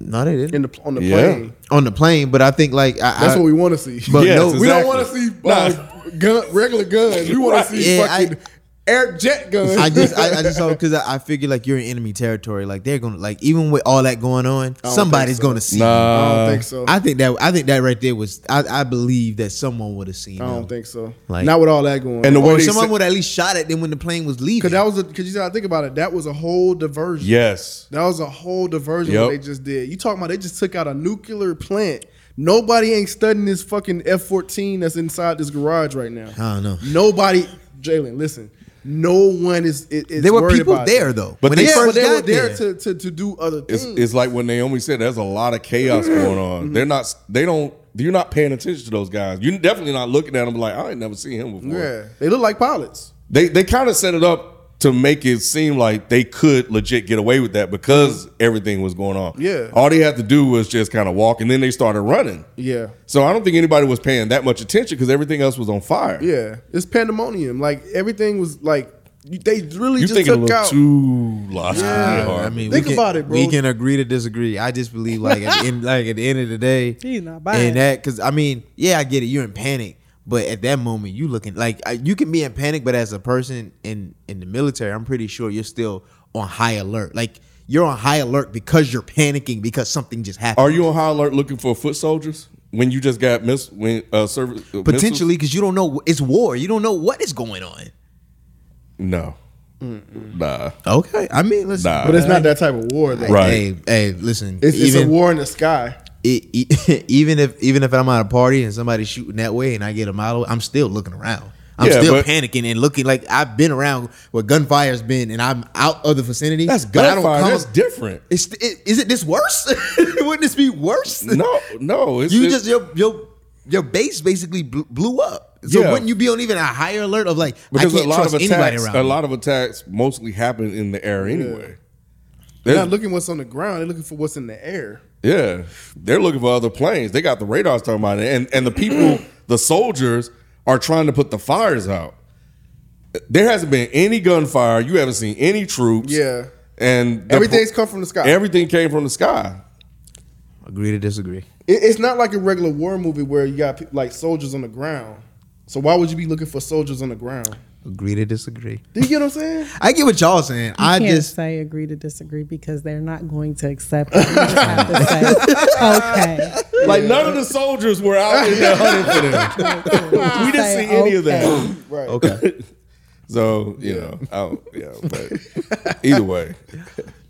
no, they
in
didn't
the pl- on the
Yeah.
plane.
on the plane. But I think like I,
That's
I,
what we want to see.
But
Yes,
no,
we don't want to
exactly.
see uh, gun, regular guns. We want
Right.
to see
Yeah,
fucking air jet guns.
I just I, I just saw because I, I figured like you're in enemy territory. Like they're gonna like even with all that going on,
think
somebody's
so.
gonna see. you.
I
Nah,
don't think so. I,
I think that I think that right there was I, I believe that someone would have seen.
don't
them.
think so.
Like-
Not with all that going.
and the
on.
way
Or
they
someone
said-
would at least shot at them when the plane was leaving.
Cause that was because you said I think about it. That was a whole diversion.
yes,
That was a whole diversion
Yep.
what they just did. You talking about they just took out a nuclear plant. Nobody ain't studying this fucking F fourteen that's inside this garage right now.
I don't know.
Nobody, Jalen, listen. No one is. is is
There were
worried
people
about
there
it.
though.
But
when
they-
they,
Yeah, but
first
they were
got
there, to,
there,
to, to do other
it's,
things.
it's like when Naomi said, "There's a lot of chaos
Mm-hmm.
going on. They're not. They don't. You're not paying attention to those guys. You're definitely not looking at them like I ain't never seen him before.
yeah, they look like pilots.
They they kind of set it up to make it seem like they could legit get away with that because everything was going on.
Mm-hmm. Yeah.
All they had to do was just kind of walk, and then they started running.
Yeah,
So I don't think anybody was paying that much attention because everything else was on fire.
yeah. It's pandemonium. Like everything was like you- they really
You
just
thinking a
took
little
out.
too lost.
Yeah.
hard.
uh, I mean,
Think
we can,
about it, bro.
We can agree to disagree. I just believe like at the end, like at the end of the day,
He's not buying.
And that because I mean, yeah, I get it. You're in panic, but at that moment, you looking like I- you can be in panic, but as a person in in the military, I'm pretty sure you're still on high alert. Like you're on high alert because you're panicking because something just happened.
are you on high alert looking for foot soldiers when you just got miss when uh, service uh, missiles?
potentially because you don't know it's war. You don't know what is going on.
No. Nah.
Okay, I mean, listen,
Nah.
but it's not that type of war though.
Right.
Hey, hey, listen.
It's, it's a
even-
war in the sky.
it, e even if even if I'm at a party and somebody's shooting that way and I get a model, I'm still looking around. I'm
Yeah,
still
but-
panicking and looking like I've been around where gunfire's been, and I'm out of the vicinity.
That's
but I don't
gunfire.
come-
That's different.
It's, it, is it this worse? Wouldn't this be worse?
No, no. It's,
you
it's-
just your your your base basically bl- blew up. So
Yeah.
wouldn't you be on even a higher alert of like
because
I can't
a lot
trust
of
anybody
attacks,
around?
a
me?
lot of attacks mostly happen in the air anyway.
They're
There's-
not looking what's on the ground. They're looking for what's in the air.
Yeah, they're looking for other planes. They got the radars talking about it, and and the people, the soldiers, are trying to put the fires out. There hasn't been any gunfire. You haven't seen any troops.
Yeah.
and the-
Everything's come from the sky.
Everything came from the sky.
Agree to disagree.
It- it's not like a regular war movie where you got pe- like soldiers on the ground. So why would you be looking for soldiers on the ground?
Agree to disagree.
Do you get what I'm saying?
I get what y'all saying. I
can't
just
say agree to disagree because they're not going to accept it. You just have to say, okay.
Like none of the soldiers were out in there hunting for them. we didn't
Say,
see any of
okay.
that.
Right.
okay.
So you know, I don't, yeah. But either way,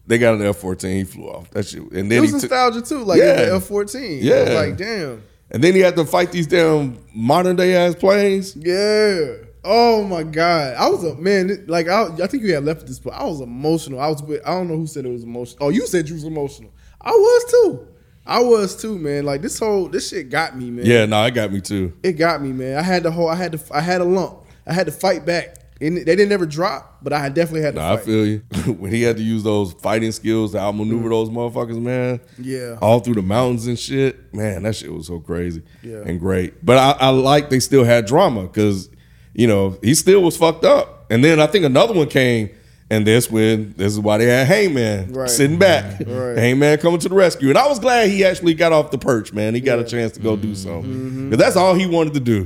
they got an F fourteen. He flew off. That shit, and
It
then
was
he took,
nostalgia too, like
Yeah.
the F-14.
Yeah.
I was like damn,
and then he had to fight these damn modern day ass planes.
yeah. Oh my god, I was a man. it- Like I, I think you had left this, but I was emotional. I was, with- I don't know who said it was emotional. Oh, you said you was emotional. I was too. I was too, man. Like this whole this shit got me, man.
Yeah, no, it got me too.
it got me, man. I had the whole, I had to, I had a lump. I had to fight back. And they didn't ever drop, but I had definitely had to
Nah, I
fight.
feel you. when he had to use those fighting skills to outmaneuver those motherfuckers, man.
Mm. Yeah.
All through the mountains and shit. Man, that shit was so crazy.
Yeah.
And great. But I, I like they still had drama because, you know, he still was fucked up. And then I think another one came, and this when this is why they had Heyman
Right.
sitting back.
Right.
Heyman coming to the rescue. And I was glad he actually got off the perch, man. He got a chance to go do something.
Mm-hmm.
'Cause that's all he wanted to do.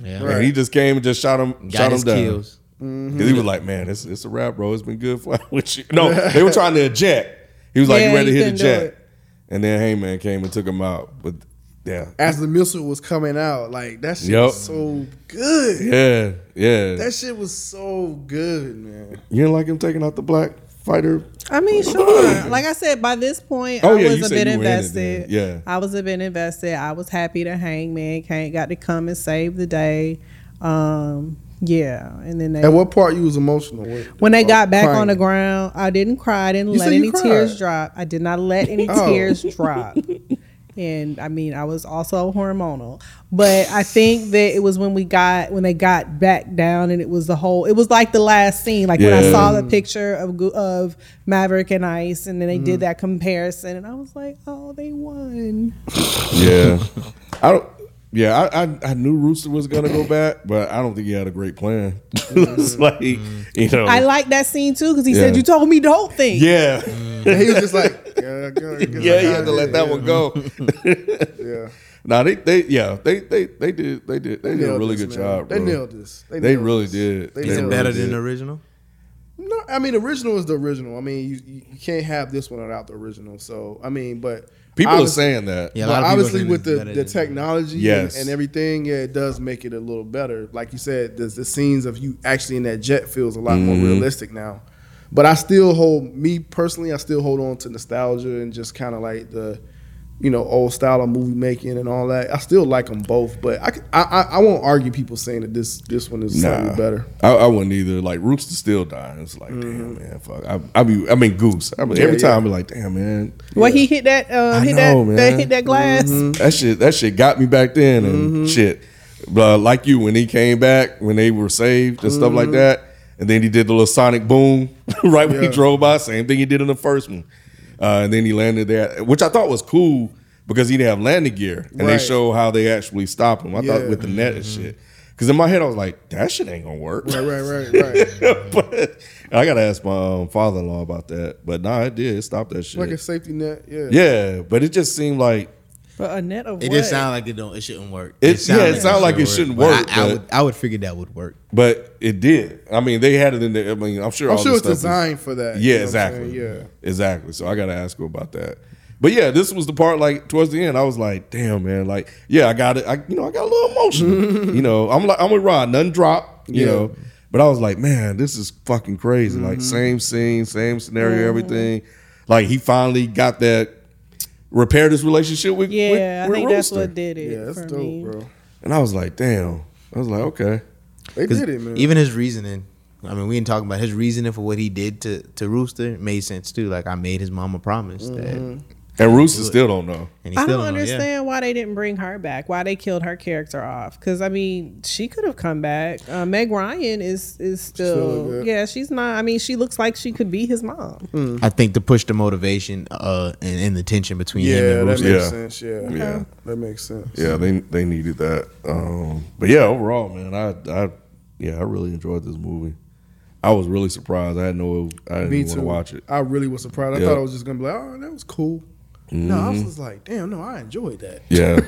Mm-hmm. Yeah.
And he just came and just shot him, shot
Got
him
his
down.
kills.
Mm-hmm.
Because he was like, man, it's, it's a wrap, bro. It's been good flying with you. No, they were trying to eject. He was like,
Yeah,
you ready
he
to hit
couldn't do
eject?
it.
And then Heyman came and took him out. But yeah.
As the missile was coming out, like that shit
Yup.
was so good.
Yeah, yeah.
That shit was so good, man.
you didn't like him taking out the black fighter?
I mean, sure. Like I said, by this point,
Oh,
I
yeah, you
was a
said
bit
you were in it then.
invested.
Yeah.
I was a bit invested. I was happy to Hangman Kane got to come and save the day. Um, yeah, and then they,
At what part you was emotional? What-
when they
oh,
got back
crying.
on the ground, I didn't cry. I didn't
You
let
said you
any tears
cried.
drop. I did not let any
Oh.
tears drop. And I mean, I was also hormonal, but I think that it was when we got when they got back down, and it was the whole. It was like the last scene, like when I
Yeah.
saw the picture of Gu- of Maverick and Ice, and then they
Mm.
did that comparison, and I was like, oh, they won.
Yeah. I don't. Yeah, I, I I knew Rooster was gonna go back, but I don't think he had a great plan. it's like you know,
Mm-hmm. I like that scene too because he said
Yeah.
you told me the whole thing.
Oh. yeah,
he was just like, yeah, yeah,
yeah, you had to let that one go.
Yeah,
nah, they they yeah they they they did they did they, did a really good job.
They
bro.
nailed this.
They
nailed
really
this.
did.
They
They
nailed
Is it
really
better
did.
than the original?
No, I mean the original is the original. I mean you you can't have this one without the original. So I mean, but
People
obviously-
are saying that.
Yeah, a
but
lot of people
obviously
saying
with
it's
the,
better
the
than-
technology and-
Yes.
and, everything, yeah, it does make it a little better. Like you said, the, the scenes of you actually in that jet feels a lot more
Mm-hmm.
realistic now. But I still hold me personally, I still hold on to nostalgia and just kind of like the you know old style of movie making and all that. I still like them both, but I c- I, I- I won't argue people saying that this this one is slightly
Nah.
better.
I, I wouldn't either. Like Rooster still dying. It's like, damn man, fuck. I, I be, I mean Goose. I mean, every
Mm-hmm. yeah.
time I be like, damn man,
Well, he hit that uh,
I
hit
know,
that,
man.
that hit that glass.
Mm-hmm.
that shit, that shit got me back then and shit. But like you, when he came back, when they were saved and stuff like that, and then he did the little sonic boom right when he
Mm-hmm. Yeah.
drove by. Same thing he did in the first one, uh, and then he landed there, which I thought was cool because he didn't have landing gear, and they
Right.
show how they actually stop him. I thought
Yeah.
with the net and shit. Because in my head, I was like, that shit ain't gonna work.
Right, right, right, right.
but I gotta ask my um, father-in-law about that. But nah, it did. It stopped that shit.
like a safety net, yeah.
yeah, but it just seemed like
But a net of
It
what?
just sound like it don't. It shouldn't work.
It- yeah, it sound like it shouldn't work,
But I, I
but-
would. I would figure that would work.
But it did. I mean, they had it in there. I mean, I'm sure.
I'm
all
sure
this stuff
it's
is-
designed for
yeah,
that. you know what I'm
exactly.
saying? Yeah.
exactly. So I gotta ask her about that. But yeah, this was the part. Like towards the end, I was like, "Damn, man! Like, yeah, I got it. I, you know, I got a little emotional. you know, I'm like, I'm with Rod. Nothing drop. You
Yeah.
know." But I was like, "Man, this is fucking crazy. Like,
Mm-hmm.
same scene, same scenario, everything. Like, he finally got that." Repaired his relationship with
yeah,
with-
I
with
think that's
Rooster.
what did it
Yeah, that's
for
dope,
me.
bro.
And I was like, damn. I was like, okay.
They
'Cause
did it, man.
Even his reasoning. I mean, we ain't talking about his reasoning for what he did to, to Rooster made sense too. Like I made his mom a promise
Mm-hmm.
that,
And Rooster still don't know.
and he
I
still
don't
know, yeah.
understand why they didn't bring her back. Why they killed her character off? Because I mean, she could have come back. Uh, Meg Ryan is is still,
look good.
yeah, she's not. I mean, she looks like she could be his mom.
I think to push the motivation uh, and, and the tension between
Yeah,
him and
that makes
Rooster.
Yeah.
sense. Yeah.
Yeah.
That makes sense.
Yeah, they they needed that. Um, but yeah, overall, man, I I yeah, I really enjoyed this movie. I was really surprised. I had no I didn't even
Me
want
too.
to watch it.
I really was surprised. I
Yeah. Mm-hmm.
thought I was just gonna be like, oh, that was cool. No, I was just like, damn, no, I enjoyed that.
Yeah.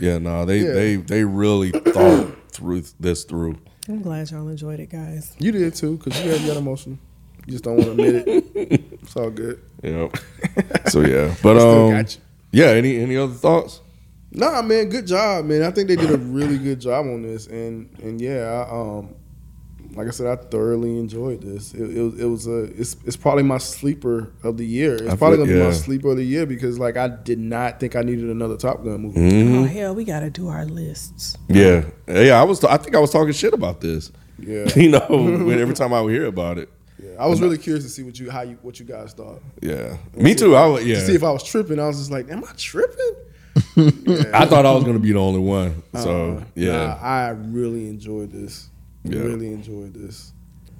yeah, no, they
Yeah.
they they really thought through this through.
I'm glad y'all enjoyed it, guys.
You did too, because you got, you got emotional. You just don't want to admit it. It's all good.
Yep. so yeah. But
still
um
got you.
yeah, any any other thoughts?
Nah, man, good job, man. I think they did a really good job on this, and and yeah, I, um, like I said, I thoroughly enjoyed this. It, it, was- it was a it's, it's probably my sleeper of the year. It's
feel-
probably gonna be
yeah.
my sleeper of the year because like I did not think I needed another Top Gun
Mm-hmm.
movie.
Mm-hmm.
Oh hell, we gotta do our lists.
Yeah. Yeah, I was I think I was talking shit about this.
Yeah.
You know, when every time I would hear about it.
Yeah, I was really curious to see what you how you what you guys thought.
Yeah. Me too. I would yeah.
To see if I was tripping, I was just like, am I tripping?
I thought I was gonna be the only one. So
Uh,
yeah.
nah, I really enjoyed this.
Yeah.
Really enjoyed this.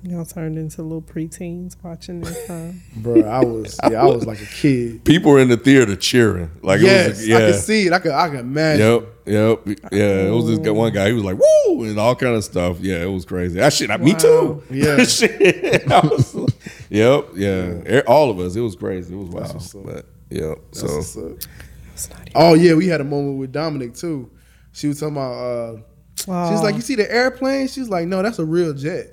Y'all turned into little preteens watching this. Huh?
Bro, I was yeah, I was like a kid.
people were in the theater cheering. Like it
Yes,
was, yeah,
I can see it. I can I can imagine.
yep, yep, yeah. It was this guy, one guy. He was like, "Woo!" and all kind of stuff. Yeah, it was crazy. That shit, me too.
Yeah.
shit. I was like- yep, yeah. E- All of us. It was crazy. It was wild.
what's up.
But yep.
That's
So
what's up.
It's not even-
Oh yeah, we had a moment with Dominic too. She was talking about uh she was like,
Aw.
You see the airplane? She was like, No, that's a real jet.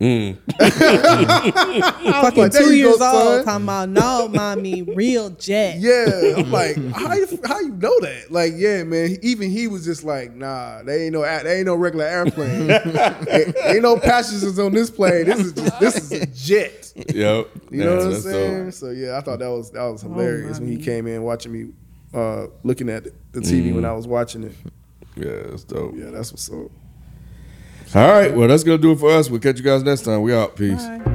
mm,
I was
Oh, fucking
like, "There
two
you go,
years old
son."
talking about no mommy real jet
Yeah. I'm like, how you how you know that? Like, yeah, man. Even he was just like, nah, they ain't no they ain't no regular airplane. ain't, ain't no passengers on this plane. This is just, this is a jet.
yep.
You
Yeah,
know what I'm
that's dope.
saying? So yeah, I thought that was that was hilarious when he
mommy.
came in watching me uh looking at the TV
Mm.
when I was watching it.
Yeah, that's dope.
Yeah, that's what's up.
All right. Well, that's gonna do it for us. We'll catch you guys next time. We out. Peace.
Bye.